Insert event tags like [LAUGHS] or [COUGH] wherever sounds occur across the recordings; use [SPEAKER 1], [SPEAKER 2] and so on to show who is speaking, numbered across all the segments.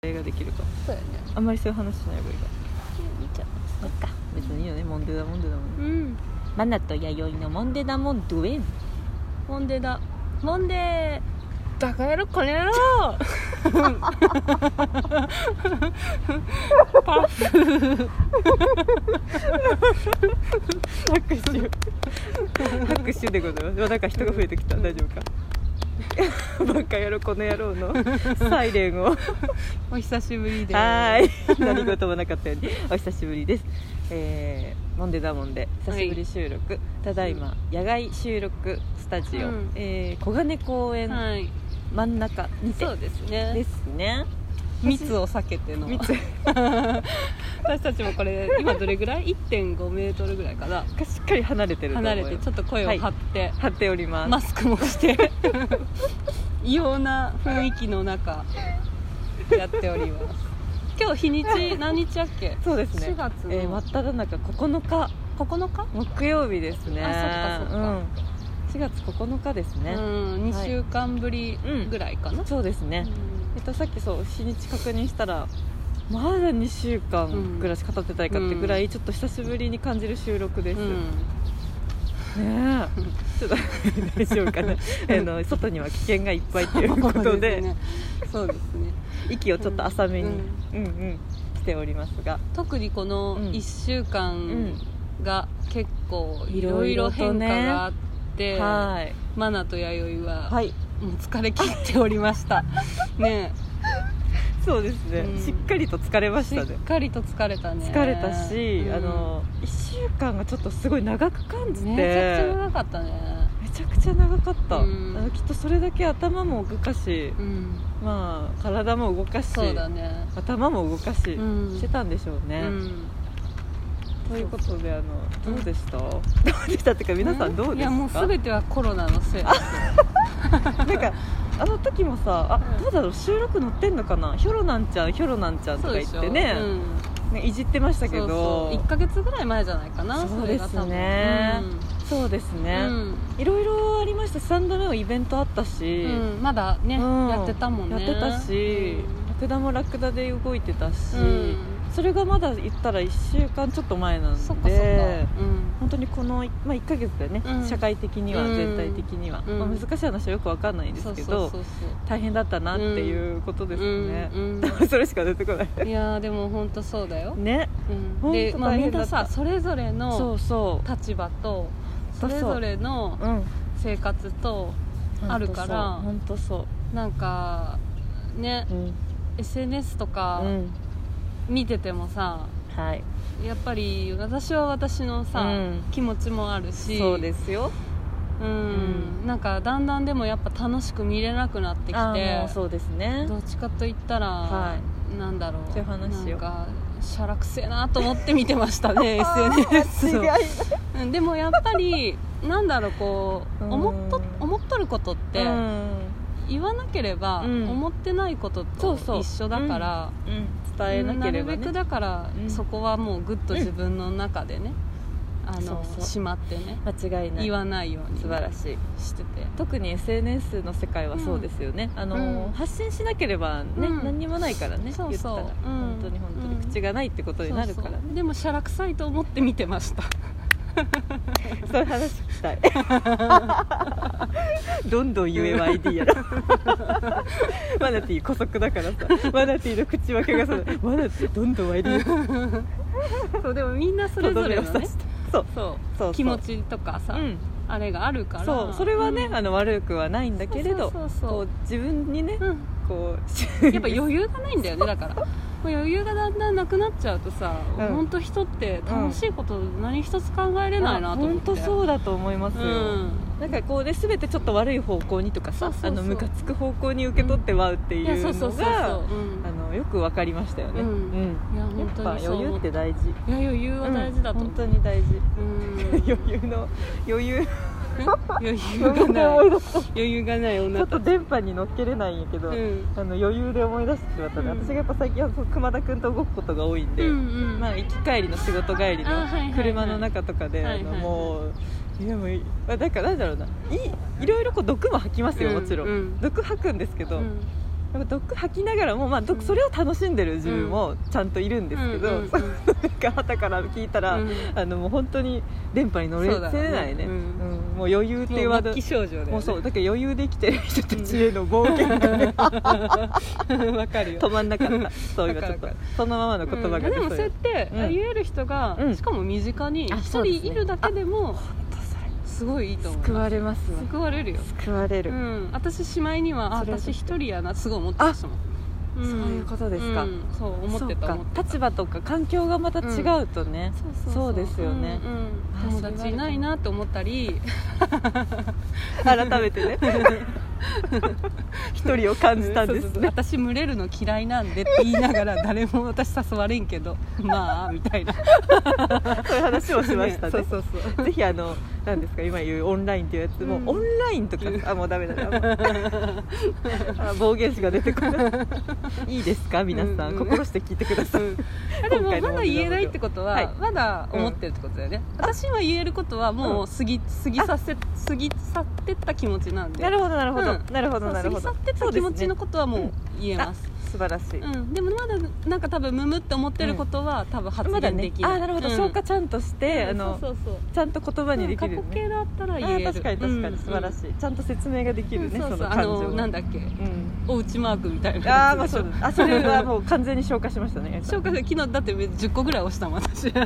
[SPEAKER 1] できるか
[SPEAKER 2] そうやね
[SPEAKER 1] あんまりそういう話しない方がいいか
[SPEAKER 2] いいじゃんそっか
[SPEAKER 1] 別にいいよねモンデダモンデダもんね
[SPEAKER 2] うん
[SPEAKER 1] マナと弥生のモンデダモンドゥエン
[SPEAKER 2] モンデだモンデーバカ野郎この野郎パフ
[SPEAKER 1] 拍手拍手でございますなんか人が増えてきた大丈夫か [LAUGHS] バカ野郎この野郎のサイレンをは
[SPEAKER 2] [LAUGHS] お久しぶりです
[SPEAKER 1] ーい何事もなかったようにお久しぶりですえー、モンデダモンデ久しぶり収録、ただいま野外収録スタジオ、
[SPEAKER 2] うん
[SPEAKER 1] えー小金公園
[SPEAKER 2] はい
[SPEAKER 1] 真ん中にて
[SPEAKER 2] そうですね
[SPEAKER 1] ですね
[SPEAKER 2] 密を避けての私たちもこれ今どれぐらい1.5メートルぐらいかな
[SPEAKER 1] がしっかり離れてると思
[SPEAKER 2] 離
[SPEAKER 1] う
[SPEAKER 2] れ
[SPEAKER 1] よ
[SPEAKER 2] てちょっと声を張って、
[SPEAKER 1] 張っております、
[SPEAKER 2] マスクもして異様な雰囲気の中やっております今日日にち何日やっけ
[SPEAKER 1] そうですね
[SPEAKER 2] 4月の
[SPEAKER 1] えー真っ只中9日
[SPEAKER 2] 9日
[SPEAKER 1] 木曜日ですね
[SPEAKER 2] あそっかそっか
[SPEAKER 1] うん、4月9日ですね
[SPEAKER 2] う、ん2週間ぶりぐらいかな、
[SPEAKER 1] そうですね、えっと、さっきそう日にち確認したらまだ2週間ぐらいしか経ってないかってぐらいちょっと久しぶりに感じる収録です、
[SPEAKER 2] うん
[SPEAKER 1] ね
[SPEAKER 2] [LAUGHS]
[SPEAKER 1] えちょっと大丈夫かなあの外には危険がいっぱいということ
[SPEAKER 2] そ
[SPEAKER 1] で
[SPEAKER 2] うですねそうですね
[SPEAKER 1] 息をちょっと浅めに、うんうんしておりますが
[SPEAKER 2] 特にこの
[SPEAKER 1] うん
[SPEAKER 2] 1週間が結構
[SPEAKER 1] うん
[SPEAKER 2] いろいろ変化があって、
[SPEAKER 1] はい
[SPEAKER 2] マナと弥生は
[SPEAKER 1] はい
[SPEAKER 2] もう疲れ切っており
[SPEAKER 1] [LAUGHS]
[SPEAKER 2] ましたね
[SPEAKER 1] そうですね、
[SPEAKER 2] うん
[SPEAKER 1] しっかりと疲れま
[SPEAKER 2] え
[SPEAKER 1] し
[SPEAKER 2] したっ
[SPEAKER 1] ね
[SPEAKER 2] かりと疲れたね
[SPEAKER 1] 疲れたし、
[SPEAKER 2] うん
[SPEAKER 1] あの1週間がちょっとすごい長く感じて
[SPEAKER 2] めちゃくちゃ長かったね
[SPEAKER 1] めちゃくちゃ長かった、
[SPEAKER 2] うん
[SPEAKER 1] あのきっとそれだけ頭も動かし、
[SPEAKER 2] うん
[SPEAKER 1] まあ体も動かし
[SPEAKER 2] そうだね
[SPEAKER 1] 頭も動かし、
[SPEAKER 2] うん
[SPEAKER 1] してたんでしょうね、
[SPEAKER 2] うん
[SPEAKER 1] ということであの
[SPEAKER 2] うん
[SPEAKER 1] どうでした、どうでしたっていうか皆さんどう
[SPEAKER 2] い
[SPEAKER 1] です
[SPEAKER 2] や
[SPEAKER 1] か、
[SPEAKER 2] もう全てはコロナのせい
[SPEAKER 1] なんかあの時もさあ
[SPEAKER 2] うん
[SPEAKER 1] どうだろう収録載ってんのかなヒョロなんちゃんヒョロなんちゃんとか
[SPEAKER 2] そうで
[SPEAKER 1] 言
[SPEAKER 2] し
[SPEAKER 1] っ
[SPEAKER 2] ょ
[SPEAKER 1] てね,、
[SPEAKER 2] うん
[SPEAKER 1] ねいじってましたけど
[SPEAKER 2] そうそう1か月ぐらい前じゃないかな
[SPEAKER 1] そう
[SPEAKER 2] れが多分
[SPEAKER 1] ですねそうです
[SPEAKER 2] う
[SPEAKER 1] ね、
[SPEAKER 2] ん
[SPEAKER 1] いろいろありました3度目もイベントあった
[SPEAKER 2] う
[SPEAKER 1] し、
[SPEAKER 2] んうんまだね
[SPEAKER 1] うん
[SPEAKER 2] やってたもんね
[SPEAKER 1] やってたし、ラクダもラクダで動いてたし、
[SPEAKER 2] うんうん
[SPEAKER 1] それがまだ言ったら1週間ちょっと前なんで
[SPEAKER 2] そっかそっかうん
[SPEAKER 1] 本当にこの、まあ、1ヶ月だよね、
[SPEAKER 2] うん
[SPEAKER 1] 社会的には、
[SPEAKER 2] うん
[SPEAKER 1] 全体的には、
[SPEAKER 2] うん
[SPEAKER 1] まあ、難しい話はよくわかんないんですけど
[SPEAKER 2] そうそう
[SPEAKER 1] 大変だったなっていうこと
[SPEAKER 2] そ
[SPEAKER 1] で
[SPEAKER 2] う
[SPEAKER 1] す
[SPEAKER 2] そう
[SPEAKER 1] ね、
[SPEAKER 2] うん
[SPEAKER 1] それしか出てこない
[SPEAKER 2] うんいやーでも本当そうだよ、
[SPEAKER 1] ね
[SPEAKER 2] うん、
[SPEAKER 1] 本
[SPEAKER 2] で、
[SPEAKER 1] 当
[SPEAKER 2] まあ、
[SPEAKER 1] 大
[SPEAKER 2] み
[SPEAKER 1] 変
[SPEAKER 2] ん
[SPEAKER 1] だ
[SPEAKER 2] な
[SPEAKER 1] った
[SPEAKER 2] さそれぞれ
[SPEAKER 1] そ
[SPEAKER 2] の
[SPEAKER 1] うそ
[SPEAKER 2] 立場とそれぞれの
[SPEAKER 1] ううん
[SPEAKER 2] 生活とあるから
[SPEAKER 1] 本当そう
[SPEAKER 2] なんかね
[SPEAKER 1] 本当そううん、
[SPEAKER 2] SNS とか
[SPEAKER 1] うん、
[SPEAKER 2] 見ててもさ
[SPEAKER 1] はい
[SPEAKER 2] やっぱり私は私のさ、
[SPEAKER 1] うん
[SPEAKER 2] 気持ちもあるし
[SPEAKER 1] そうですよ
[SPEAKER 2] うんなんかだんだんでもやっぱ楽しく見れなくなってき
[SPEAKER 1] あーもう
[SPEAKER 2] て
[SPEAKER 1] そうですね
[SPEAKER 2] どっちかといったら、
[SPEAKER 1] は
[SPEAKER 2] なんだろう
[SPEAKER 1] そういう話
[SPEAKER 2] な
[SPEAKER 1] よ
[SPEAKER 2] んかしゃらくせえなと思って見てました
[SPEAKER 1] [LAUGHS]
[SPEAKER 2] ね [LAUGHS] SNS を
[SPEAKER 1] 違い
[SPEAKER 2] うんでもやっぱりなんだろうこう
[SPEAKER 1] うん
[SPEAKER 2] 思っと思っとることって、
[SPEAKER 1] うん
[SPEAKER 2] 言わなければ
[SPEAKER 1] うん
[SPEAKER 2] 思ってないこと
[SPEAKER 1] そ
[SPEAKER 2] と
[SPEAKER 1] うそう
[SPEAKER 2] 一緒だから、
[SPEAKER 1] 伝えなければ、ね、
[SPEAKER 2] るべくだから、
[SPEAKER 1] うん
[SPEAKER 2] そこはもうぐっと自分の中でね、あの
[SPEAKER 1] そうそう
[SPEAKER 2] しまってね
[SPEAKER 1] 間違いない
[SPEAKER 2] 言わないように
[SPEAKER 1] 素晴らしい
[SPEAKER 2] してて
[SPEAKER 1] 特に SNS の世界はそうですよね、あの
[SPEAKER 2] うん
[SPEAKER 1] 発信しなければね、
[SPEAKER 2] うん
[SPEAKER 1] 何にもないからね
[SPEAKER 2] そう
[SPEAKER 1] 言
[SPEAKER 2] そう
[SPEAKER 1] ったら、
[SPEAKER 2] うん
[SPEAKER 1] 本当に本当に
[SPEAKER 2] うん
[SPEAKER 1] 口がないってことになるからね、
[SPEAKER 2] そうそうでもしゃらくさいと思って見てました
[SPEAKER 1] そういう話したい [LAUGHS] どんどん言えば ID [LAUGHS] やろマナティー古速だからさマナティーの口分けがさマナティーどんどん ID やろ
[SPEAKER 2] [LAUGHS] そうでもみんなそれぞれのね
[SPEAKER 1] そう
[SPEAKER 2] そう
[SPEAKER 1] そう
[SPEAKER 2] 気持ちとかさ、
[SPEAKER 1] うん
[SPEAKER 2] あれがあるから
[SPEAKER 1] そうそれはね、
[SPEAKER 2] うん
[SPEAKER 1] あの悪くはないんだけれど
[SPEAKER 2] そうそうそうそう
[SPEAKER 1] こう自分にね、
[SPEAKER 2] うん
[SPEAKER 1] こう
[SPEAKER 2] [LAUGHS] やっぱ余裕がないんだよねだから [LAUGHS] もう余裕がだんだんなくなっちゃうとさ、
[SPEAKER 1] うん
[SPEAKER 2] ほんと人って楽しいこと何一つ考えれないなと思って
[SPEAKER 1] 本当そうだと思いますよ、
[SPEAKER 2] うん
[SPEAKER 1] なんかこうね全てちょっと悪い方向にとかさ
[SPEAKER 2] そうそうそう
[SPEAKER 1] あのムカつく方向に受け取ってわうってい
[SPEAKER 2] いやそううそ
[SPEAKER 1] の
[SPEAKER 2] うそうそう
[SPEAKER 1] が
[SPEAKER 2] うん
[SPEAKER 1] あのよく分かりましたよね、
[SPEAKER 2] うん
[SPEAKER 1] うん
[SPEAKER 2] いや本当
[SPEAKER 1] やっ
[SPEAKER 2] に
[SPEAKER 1] ぱ
[SPEAKER 2] そう
[SPEAKER 1] 余
[SPEAKER 2] 思
[SPEAKER 1] 裕ってて大事
[SPEAKER 2] いや余裕は大事だと
[SPEAKER 1] うん
[SPEAKER 2] 思
[SPEAKER 1] 本当
[SPEAKER 2] う、
[SPEAKER 1] に大事
[SPEAKER 2] うん、 [LAUGHS]
[SPEAKER 1] 余裕の余裕余裕で思い
[SPEAKER 2] 余裕がない
[SPEAKER 1] 出す
[SPEAKER 2] 余裕がない
[SPEAKER 1] ちょ
[SPEAKER 2] 女
[SPEAKER 1] っと
[SPEAKER 2] たち
[SPEAKER 1] 電波に乗っけれないんやけど、
[SPEAKER 2] うん
[SPEAKER 1] あの余裕で思い出してしまったね、
[SPEAKER 2] うん
[SPEAKER 1] 私がやっぱ最近はそう熊田君と動くことが多いん
[SPEAKER 2] う
[SPEAKER 1] で、
[SPEAKER 2] んうん
[SPEAKER 1] まあ、行き帰りの仕事帰り
[SPEAKER 2] あーはいはいはい
[SPEAKER 1] の車の中とかで
[SPEAKER 2] は
[SPEAKER 1] あ
[SPEAKER 2] いはい
[SPEAKER 1] の
[SPEAKER 2] はい
[SPEAKER 1] もう。いやもういまあだからなんだろうないいいろいろこう毒も吐きますよ
[SPEAKER 2] う
[SPEAKER 1] も
[SPEAKER 2] ん
[SPEAKER 1] ちろん、
[SPEAKER 2] うん
[SPEAKER 1] 毒吐くんですけど、
[SPEAKER 2] うん
[SPEAKER 1] やっぱ毒吐きながらも、まあ、毒それを楽しんでる自分もちゃんといるんですけど、
[SPEAKER 2] うんうんうん
[SPEAKER 1] なんかはから聞いたら、
[SPEAKER 2] うん
[SPEAKER 1] あのもう本当に電波に乗れ
[SPEAKER 2] そうだ
[SPEAKER 1] せれないね
[SPEAKER 2] うん
[SPEAKER 1] うんもう余裕っていうワード
[SPEAKER 2] もう末期症状だよね
[SPEAKER 1] もうそうだから余裕で生きてる人たちへの冒険がね
[SPEAKER 2] [LAUGHS] わかるよ
[SPEAKER 1] 止まんなかった [LAUGHS] そう今ちょっと
[SPEAKER 2] わかるわかる
[SPEAKER 1] そのままの言葉が
[SPEAKER 2] うんでもそ
[SPEAKER 1] そ
[SPEAKER 2] うや
[SPEAKER 1] う
[SPEAKER 2] って、
[SPEAKER 1] うん
[SPEAKER 2] 言える人が、
[SPEAKER 1] うん
[SPEAKER 2] しかも身近に
[SPEAKER 1] あ
[SPEAKER 2] 一
[SPEAKER 1] そ
[SPEAKER 2] 人
[SPEAKER 1] うですね
[SPEAKER 2] いるだけでもすごいいいと思う
[SPEAKER 1] 救われますわ
[SPEAKER 2] 救われるよ、
[SPEAKER 1] 救われ
[SPEAKER 2] う
[SPEAKER 1] る、
[SPEAKER 2] ん、私しまいにはあ
[SPEAKER 1] それはちょ
[SPEAKER 2] 私
[SPEAKER 1] っと
[SPEAKER 2] 一人やなってすごい思ってましたもん、ん
[SPEAKER 1] そういうことですか
[SPEAKER 2] うんそう思って
[SPEAKER 1] そう
[SPEAKER 2] た
[SPEAKER 1] か
[SPEAKER 2] 思ってた
[SPEAKER 1] 立場とか環境がまた違うとね、そうですよね
[SPEAKER 2] うんうん
[SPEAKER 1] あ
[SPEAKER 2] 友達いないなって思ったり
[SPEAKER 1] 改めて
[SPEAKER 2] [LAUGHS]
[SPEAKER 1] ね一人を感じたんです
[SPEAKER 2] [LAUGHS] そ
[SPEAKER 1] ね
[SPEAKER 2] うそうそう私群れるの嫌いなんでって言いながら誰も私誘われんけどまあみたいな
[SPEAKER 1] そういう話をしましたね
[SPEAKER 2] そうそうそう
[SPEAKER 1] ぜひあの何ですか今言うオンラインっていうやつも、
[SPEAKER 2] うん
[SPEAKER 1] オンラインとかあもうダメだなあ暴言詞が出てこないいいですか皆さん、
[SPEAKER 2] うんうん
[SPEAKER 1] 心して聞いてください、
[SPEAKER 2] あでも
[SPEAKER 1] 今回
[SPEAKER 2] ま
[SPEAKER 1] の
[SPEAKER 2] だ言えないってことは、
[SPEAKER 1] はい
[SPEAKER 2] まだ思ってるってことだよね、私は言えることはもう過ぎ過ぎさせ過ぎ去ってった気持ちなんで
[SPEAKER 1] なるほどなるほど、
[SPEAKER 2] うん
[SPEAKER 1] なるほど
[SPEAKER 2] そう
[SPEAKER 1] なるほど
[SPEAKER 2] 過ぎ去ってった気持ちのことはもう言えます
[SPEAKER 1] あ素晴らしい、
[SPEAKER 2] うんでもまだなんか多分ムムって思ってることは、多分発
[SPEAKER 1] まだ
[SPEAKER 2] 言
[SPEAKER 1] ね
[SPEAKER 2] できない、
[SPEAKER 1] あなるほど、
[SPEAKER 2] うん
[SPEAKER 1] 消化ちゃんとして、
[SPEAKER 2] うん
[SPEAKER 1] あの
[SPEAKER 2] そうそうそう
[SPEAKER 1] ちゃんと言葉にできる、ね
[SPEAKER 2] うん過去形だったら言える
[SPEAKER 1] あ確かに確かに、素晴ら
[SPEAKER 2] い
[SPEAKER 1] しいちゃんと説明ができるね、
[SPEAKER 2] そうそう
[SPEAKER 1] その
[SPEAKER 2] あ
[SPEAKER 1] 感情
[SPEAKER 2] のなんだっけ
[SPEAKER 1] うん、
[SPEAKER 2] おうちマークみたいな
[SPEAKER 1] あーまあそうだあそれ
[SPEAKER 2] [LAUGHS]
[SPEAKER 1] はもう完全に消化しましたね
[SPEAKER 2] 消化昨日だって10個ぐらい押したもん私 [LAUGHS] 鬱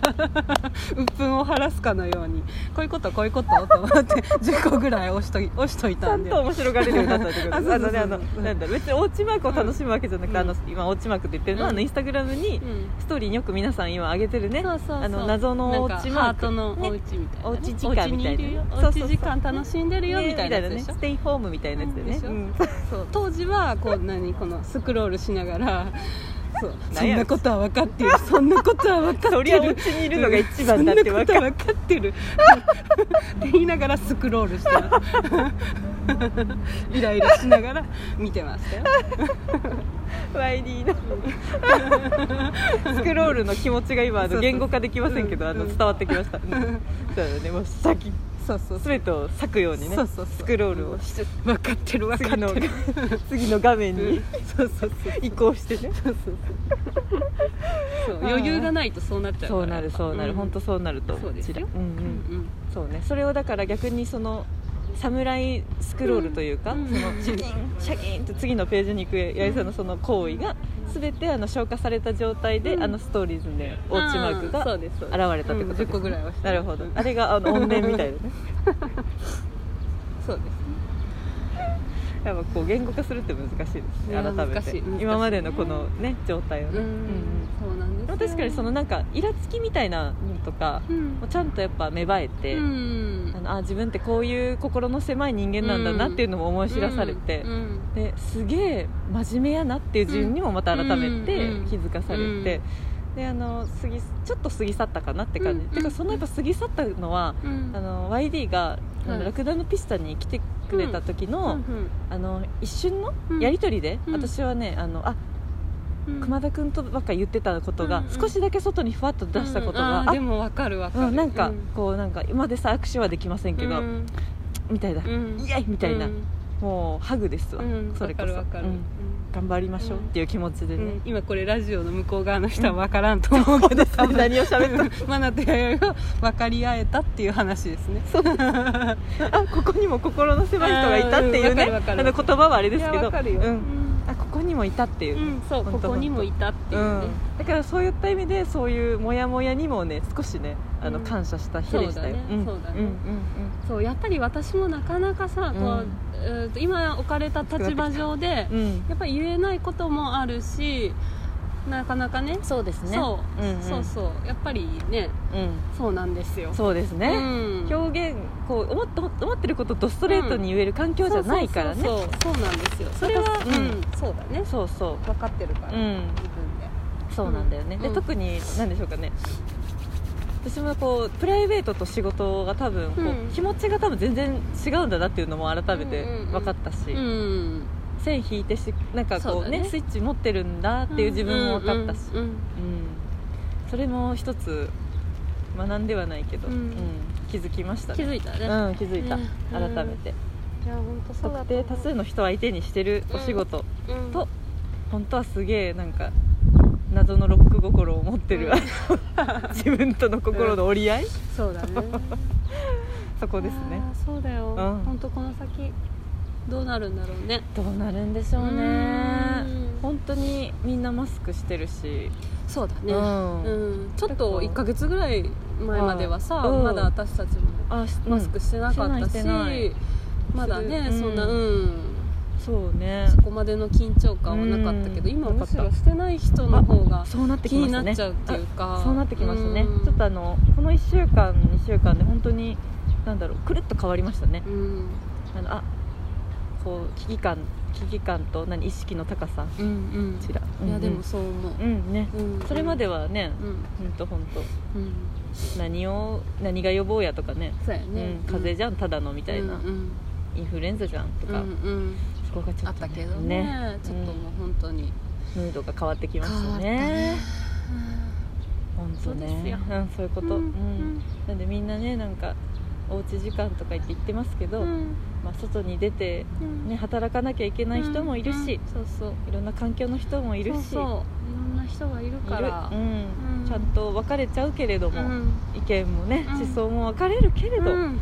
[SPEAKER 2] 憤を晴らすかのようにこういうことこういうことと思って10個ぐらい押しとい押しとい
[SPEAKER 1] ちゃ
[SPEAKER 2] たん
[SPEAKER 1] ん
[SPEAKER 2] で
[SPEAKER 1] と面白がれるようになったってことですあ
[SPEAKER 2] あそうそうそ
[SPEAKER 1] の
[SPEAKER 2] う
[SPEAKER 1] ねあの
[SPEAKER 2] うん
[SPEAKER 1] なんだろう別におうちマークを楽しむわけじゃなくて、
[SPEAKER 2] うん
[SPEAKER 1] あの今おうちマークって言ってるのは、
[SPEAKER 2] うん
[SPEAKER 1] あのインスタグラムに
[SPEAKER 2] うん
[SPEAKER 1] ストーリーによく皆さん今上げてるね
[SPEAKER 2] そうそうそう
[SPEAKER 1] あの謎のおうちマ
[SPEAKER 2] な
[SPEAKER 1] ー
[SPEAKER 2] んかハー
[SPEAKER 1] ク
[SPEAKER 2] トのおう
[SPEAKER 1] ね
[SPEAKER 2] ちみたいな、
[SPEAKER 1] おうち時間みたいな
[SPEAKER 2] おうちにるよ
[SPEAKER 1] そうそう
[SPEAKER 2] おう
[SPEAKER 1] そう
[SPEAKER 2] ち時間楽しんでるよみたいなやつ
[SPEAKER 1] ね
[SPEAKER 2] で
[SPEAKER 1] み
[SPEAKER 2] した
[SPEAKER 1] いなね
[SPEAKER 2] ょ
[SPEAKER 1] ステイホームみたいなやつでね
[SPEAKER 2] でしょ
[SPEAKER 1] うん
[SPEAKER 2] そう当時はこう何このスクロールしながらそうそ
[SPEAKER 1] 何
[SPEAKER 2] ん
[SPEAKER 1] や
[SPEAKER 2] なことは分かっているそんなことは分かっている
[SPEAKER 1] そりゃお家にいるのが一番だって分
[SPEAKER 2] そ
[SPEAKER 1] か
[SPEAKER 2] んなことは分かってるって言いながらスクロールして [LAUGHS] イライラしながら見てましたよ
[SPEAKER 1] ワイリーのスクロールの気持ちが今あ
[SPEAKER 2] そうそ
[SPEAKER 1] の
[SPEAKER 2] う
[SPEAKER 1] 言語化できませんけど
[SPEAKER 2] うん
[SPEAKER 1] あ
[SPEAKER 2] う
[SPEAKER 1] の
[SPEAKER 2] ん
[SPEAKER 1] 伝わってきました、うんそうだねもう先
[SPEAKER 2] そうそうそう
[SPEAKER 1] 全てを割くようにね
[SPEAKER 2] そうそうそう
[SPEAKER 1] スクロールを
[SPEAKER 2] 分かってる分か
[SPEAKER 1] 次の
[SPEAKER 2] ってる
[SPEAKER 1] 次の [LAUGHS] 画面に
[SPEAKER 2] そうそうそう
[SPEAKER 1] 移行してね
[SPEAKER 2] そう
[SPEAKER 1] あー
[SPEAKER 2] 余裕がないとそうなっちゃうから
[SPEAKER 1] そうなるそうなる、
[SPEAKER 2] ん
[SPEAKER 1] 本当そうなると思
[SPEAKER 2] そうですよ
[SPEAKER 1] ちらうんう
[SPEAKER 2] うん
[SPEAKER 1] ん、
[SPEAKER 2] うん
[SPEAKER 1] そうねそれをだから逆にその侍スクロールというか、
[SPEAKER 2] うん
[SPEAKER 1] そのシャキンシャキンって次のページに行く八重さんのその行為が全てあの消化された状態で、
[SPEAKER 2] うん
[SPEAKER 1] あのストーリーズでおうちマーク
[SPEAKER 2] あ
[SPEAKER 1] が
[SPEAKER 2] そう
[SPEAKER 1] 現
[SPEAKER 2] ですそうです
[SPEAKER 1] れたってことです、
[SPEAKER 2] うん10個ぐらいはして
[SPEAKER 1] なるほどあれがあの怨念みた
[SPEAKER 2] [LAUGHS]
[SPEAKER 1] いなね
[SPEAKER 2] そうですね
[SPEAKER 1] やっぱこう言語化するって難しいですね
[SPEAKER 2] いや
[SPEAKER 1] 改め
[SPEAKER 2] 難してい難しい
[SPEAKER 1] 今までのこのね状態を
[SPEAKER 2] うん
[SPEAKER 1] ね、
[SPEAKER 2] そうなんです
[SPEAKER 1] で
[SPEAKER 2] よ
[SPEAKER 1] も確かにそのなんかイラつきみたいなのとか、
[SPEAKER 2] うん
[SPEAKER 1] もうちゃんとやっぱ芽生えて、
[SPEAKER 2] うん
[SPEAKER 1] あのあ自分ってこういう心の狭い人間なんだなっていうのも思い知らされて、
[SPEAKER 2] うんうん
[SPEAKER 1] ですげえ真面目やなっていう自分にもまた改めて
[SPEAKER 2] うん
[SPEAKER 1] 気づかされて、
[SPEAKER 2] うん
[SPEAKER 1] であの過ぎちょっと過ぎ去ったかなって感じ、
[SPEAKER 2] うん
[SPEAKER 1] てかそのやっぱ過ぎ去ったのは、
[SPEAKER 2] うん
[SPEAKER 1] あの YD が、あの
[SPEAKER 2] はい
[SPEAKER 1] ラクダのピスタに来てくれた時の,、
[SPEAKER 2] うん
[SPEAKER 1] あの一瞬の
[SPEAKER 2] うん
[SPEAKER 1] やり取りで、
[SPEAKER 2] うん
[SPEAKER 1] 私はねあのあ
[SPEAKER 2] うん
[SPEAKER 1] 熊田君とばっか言ってたことが、
[SPEAKER 2] うんうん
[SPEAKER 1] 少しだけ外にふわっと出したことが、
[SPEAKER 2] うんあーでもわかるわか
[SPEAKER 1] う
[SPEAKER 2] る
[SPEAKER 1] ん、なんか、
[SPEAKER 2] う
[SPEAKER 1] こうなんか今でさ握手はできませんけど、
[SPEAKER 2] うん
[SPEAKER 1] みたいだ、
[SPEAKER 2] うん
[SPEAKER 1] イエイみたいな、
[SPEAKER 2] うん
[SPEAKER 1] もうハグですわ、
[SPEAKER 2] うん
[SPEAKER 1] それこそ、
[SPEAKER 2] わかるわかる
[SPEAKER 1] う
[SPEAKER 2] うん
[SPEAKER 1] ん頑張りましょうっていう気持ちで
[SPEAKER 2] う
[SPEAKER 1] ね [LAUGHS]
[SPEAKER 2] ん、今これラジオの向こう側の人はわからんと思うけど多分
[SPEAKER 1] 何を喋った
[SPEAKER 2] マナと弥生が分かり合えたっていう話ですね
[SPEAKER 1] あここにも心の狭い人がいたっていうね、
[SPEAKER 2] うんうんわか
[SPEAKER 1] あ
[SPEAKER 2] るわかる
[SPEAKER 1] の言葉はあれですけ
[SPEAKER 2] いや
[SPEAKER 1] ど
[SPEAKER 2] わかるよ
[SPEAKER 1] う、
[SPEAKER 2] うんん
[SPEAKER 1] あここにもいたっていうう、
[SPEAKER 2] んそう
[SPEAKER 1] ほん
[SPEAKER 2] ことこにもいたっていううね
[SPEAKER 1] んだからそういった意味でそういうモヤモヤにもね少しねあの
[SPEAKER 2] うん
[SPEAKER 1] 感謝した日でしたよ、
[SPEAKER 2] そうだねそうだね
[SPEAKER 1] ん
[SPEAKER 2] そうやっぱり私もなかなかさこうえーと今置かれた立場上で
[SPEAKER 1] うんうんうん
[SPEAKER 2] やっぱり言えないこともあるしなかなかね
[SPEAKER 1] そうです
[SPEAKER 2] そう、
[SPEAKER 1] うんうん
[SPEAKER 2] そうそうやっぱりね
[SPEAKER 1] うん
[SPEAKER 2] そうなんですよ
[SPEAKER 1] そうですね、
[SPEAKER 2] うん
[SPEAKER 1] 表現こう思って思ってることとストレートに言える環境じゃないからね、
[SPEAKER 2] そうそうそうそうなんですよそれは、
[SPEAKER 1] う
[SPEAKER 2] うんんそうだね
[SPEAKER 1] そうそう
[SPEAKER 2] 分かってるから、
[SPEAKER 1] うん
[SPEAKER 2] 自分で
[SPEAKER 1] そうなんだよね、
[SPEAKER 2] うん
[SPEAKER 1] で
[SPEAKER 2] うん
[SPEAKER 1] 特に何でしょうかね私もこうプライベートと仕事が多分こう、
[SPEAKER 2] うん
[SPEAKER 1] 気持ちが多分全然違うんだなっていうのも改めて
[SPEAKER 2] うんうんうん
[SPEAKER 1] 分かったし、
[SPEAKER 2] うん
[SPEAKER 1] 線引いてしなんか
[SPEAKER 2] そ
[SPEAKER 1] こ
[SPEAKER 2] う
[SPEAKER 1] う
[SPEAKER 2] だ
[SPEAKER 1] ね
[SPEAKER 2] ね
[SPEAKER 1] スイッチ持ってるんだっていう自分も分かったし、
[SPEAKER 2] うんうん
[SPEAKER 1] うんそれも一つ学んではないけど、
[SPEAKER 2] うん
[SPEAKER 1] うん気づきました
[SPEAKER 2] 気
[SPEAKER 1] ね
[SPEAKER 2] づいたね、
[SPEAKER 1] うん気づいた、
[SPEAKER 2] ね
[SPEAKER 1] 改めて、
[SPEAKER 2] ういや本当そう
[SPEAKER 1] 特
[SPEAKER 2] だと思
[SPEAKER 1] 定
[SPEAKER 2] う
[SPEAKER 1] 多数の人を相手にしてるお仕事
[SPEAKER 2] うん
[SPEAKER 1] と本当はすげえなんか謎のロック心を持ってる、
[SPEAKER 2] うん
[SPEAKER 1] [LAUGHS] 自分との心の折り合い、
[SPEAKER 2] そうだね
[SPEAKER 1] そこですね
[SPEAKER 2] あーそうだ
[SPEAKER 1] う
[SPEAKER 2] よ、
[SPEAKER 1] ん
[SPEAKER 2] 本当この先どうなるんだろうね
[SPEAKER 1] どうなるんでしょう
[SPEAKER 2] う
[SPEAKER 1] ね
[SPEAKER 2] ん
[SPEAKER 1] 本当にみんなマスクしてるし、
[SPEAKER 2] そうだね、
[SPEAKER 1] う
[SPEAKER 2] うん
[SPEAKER 1] ん
[SPEAKER 2] ちょっと1か月ぐらい前まではさ、
[SPEAKER 1] うん
[SPEAKER 2] まだ私たちも
[SPEAKER 1] あし
[SPEAKER 2] マスクしてなかったし,、
[SPEAKER 1] してないしてない
[SPEAKER 2] まだね、
[SPEAKER 1] うん
[SPEAKER 2] そんなうん
[SPEAKER 1] そうね
[SPEAKER 2] そこまでの緊張感はなかったけど、
[SPEAKER 1] うん
[SPEAKER 2] 今
[SPEAKER 1] なか
[SPEAKER 2] む
[SPEAKER 1] っ
[SPEAKER 2] したろしてない人の方が
[SPEAKER 1] そうなって
[SPEAKER 2] 気
[SPEAKER 1] きまし
[SPEAKER 2] に
[SPEAKER 1] た
[SPEAKER 2] な
[SPEAKER 1] ね
[SPEAKER 2] っちゃうっていうか、
[SPEAKER 1] そうなってきましたね、
[SPEAKER 2] うん
[SPEAKER 1] ちょっとあのこの1週間2週間で本当になんだろうくるっと変わりましたね、
[SPEAKER 2] うん
[SPEAKER 1] あのあこう危機感危機感と何意識の高さ
[SPEAKER 2] うんうん
[SPEAKER 1] こちら
[SPEAKER 2] いや
[SPEAKER 1] うん
[SPEAKER 2] でもそう思う
[SPEAKER 1] う、んね
[SPEAKER 2] うん
[SPEAKER 1] それまではね
[SPEAKER 2] うん
[SPEAKER 1] 本当本当
[SPEAKER 2] うん
[SPEAKER 1] 何を何が予防やとかね、
[SPEAKER 2] そうやね、
[SPEAKER 1] うん、風邪じゃんただのみたいな、
[SPEAKER 2] うんうん
[SPEAKER 1] インフルエンザじゃんとか、
[SPEAKER 2] うんうん
[SPEAKER 1] そこがちょ
[SPEAKER 2] あ
[SPEAKER 1] っ
[SPEAKER 2] っ
[SPEAKER 1] と
[SPEAKER 2] た
[SPEAKER 1] ね
[SPEAKER 2] けどねちょっともう本当に
[SPEAKER 1] ムードが変わってきまし
[SPEAKER 2] 変わ
[SPEAKER 1] た
[SPEAKER 2] った
[SPEAKER 1] ね
[SPEAKER 2] ね
[SPEAKER 1] 本当ね
[SPEAKER 2] そうですよ
[SPEAKER 1] ん、そういうこと、うんなんでみんなねなんかおうち時間とか言って言ってますけど、
[SPEAKER 2] うん
[SPEAKER 1] まあ、外に出て、
[SPEAKER 2] うん
[SPEAKER 1] ね、働かなきゃいけない人もいるし、
[SPEAKER 2] うんそうそう
[SPEAKER 1] いろんな環境の人もい
[SPEAKER 2] い
[SPEAKER 1] るし
[SPEAKER 2] そうそういろんな人がい
[SPEAKER 1] い
[SPEAKER 2] るか
[SPEAKER 1] る
[SPEAKER 2] ら
[SPEAKER 1] うん
[SPEAKER 2] うん
[SPEAKER 1] ちゃんと分かれちゃうけれども、
[SPEAKER 2] うん
[SPEAKER 1] 意見もね、
[SPEAKER 2] うん
[SPEAKER 1] 思想も分かれるけれど、
[SPEAKER 2] うん
[SPEAKER 1] ま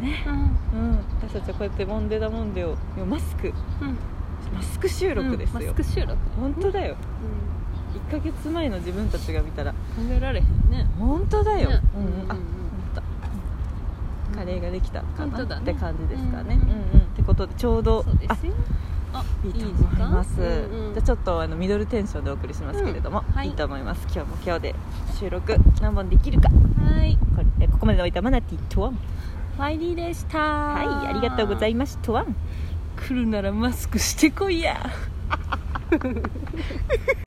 [SPEAKER 1] あね、
[SPEAKER 2] うん
[SPEAKER 1] うん、私たちはこうやってモンデダモンデをいやマスク
[SPEAKER 2] うん
[SPEAKER 1] マスク収録です
[SPEAKER 2] マス
[SPEAKER 1] よ、
[SPEAKER 2] ク収録
[SPEAKER 1] 本当だよ
[SPEAKER 2] うん
[SPEAKER 1] 1ヶ月前の自分たちが見たら
[SPEAKER 2] 考えられへんね
[SPEAKER 1] 本当だよ、
[SPEAKER 2] ね
[SPEAKER 1] うんうん、あ
[SPEAKER 2] うんうん
[SPEAKER 1] 本当カレーができたか
[SPEAKER 2] 本
[SPEAKER 1] な、
[SPEAKER 2] 当だ
[SPEAKER 1] っ
[SPEAKER 2] ね
[SPEAKER 1] て感じですかね、う
[SPEAKER 2] うんん
[SPEAKER 1] うんってことでちょうど
[SPEAKER 2] そうで
[SPEAKER 1] あ
[SPEAKER 2] すよあ
[SPEAKER 1] いいと思い
[SPEAKER 2] 時間
[SPEAKER 1] ます
[SPEAKER 2] うんうん
[SPEAKER 1] じゃあちょっとあのミドルテンションでお送りしますけれども、
[SPEAKER 2] うんはい
[SPEAKER 1] い、いと思います今日も今日で収録何本できるか
[SPEAKER 2] はい
[SPEAKER 1] これえここまでのおいたマナティトワン
[SPEAKER 2] ファイリーでした
[SPEAKER 1] はいありがとうござい
[SPEAKER 2] ま
[SPEAKER 1] ますトワン
[SPEAKER 2] す来るならマスクしてこいや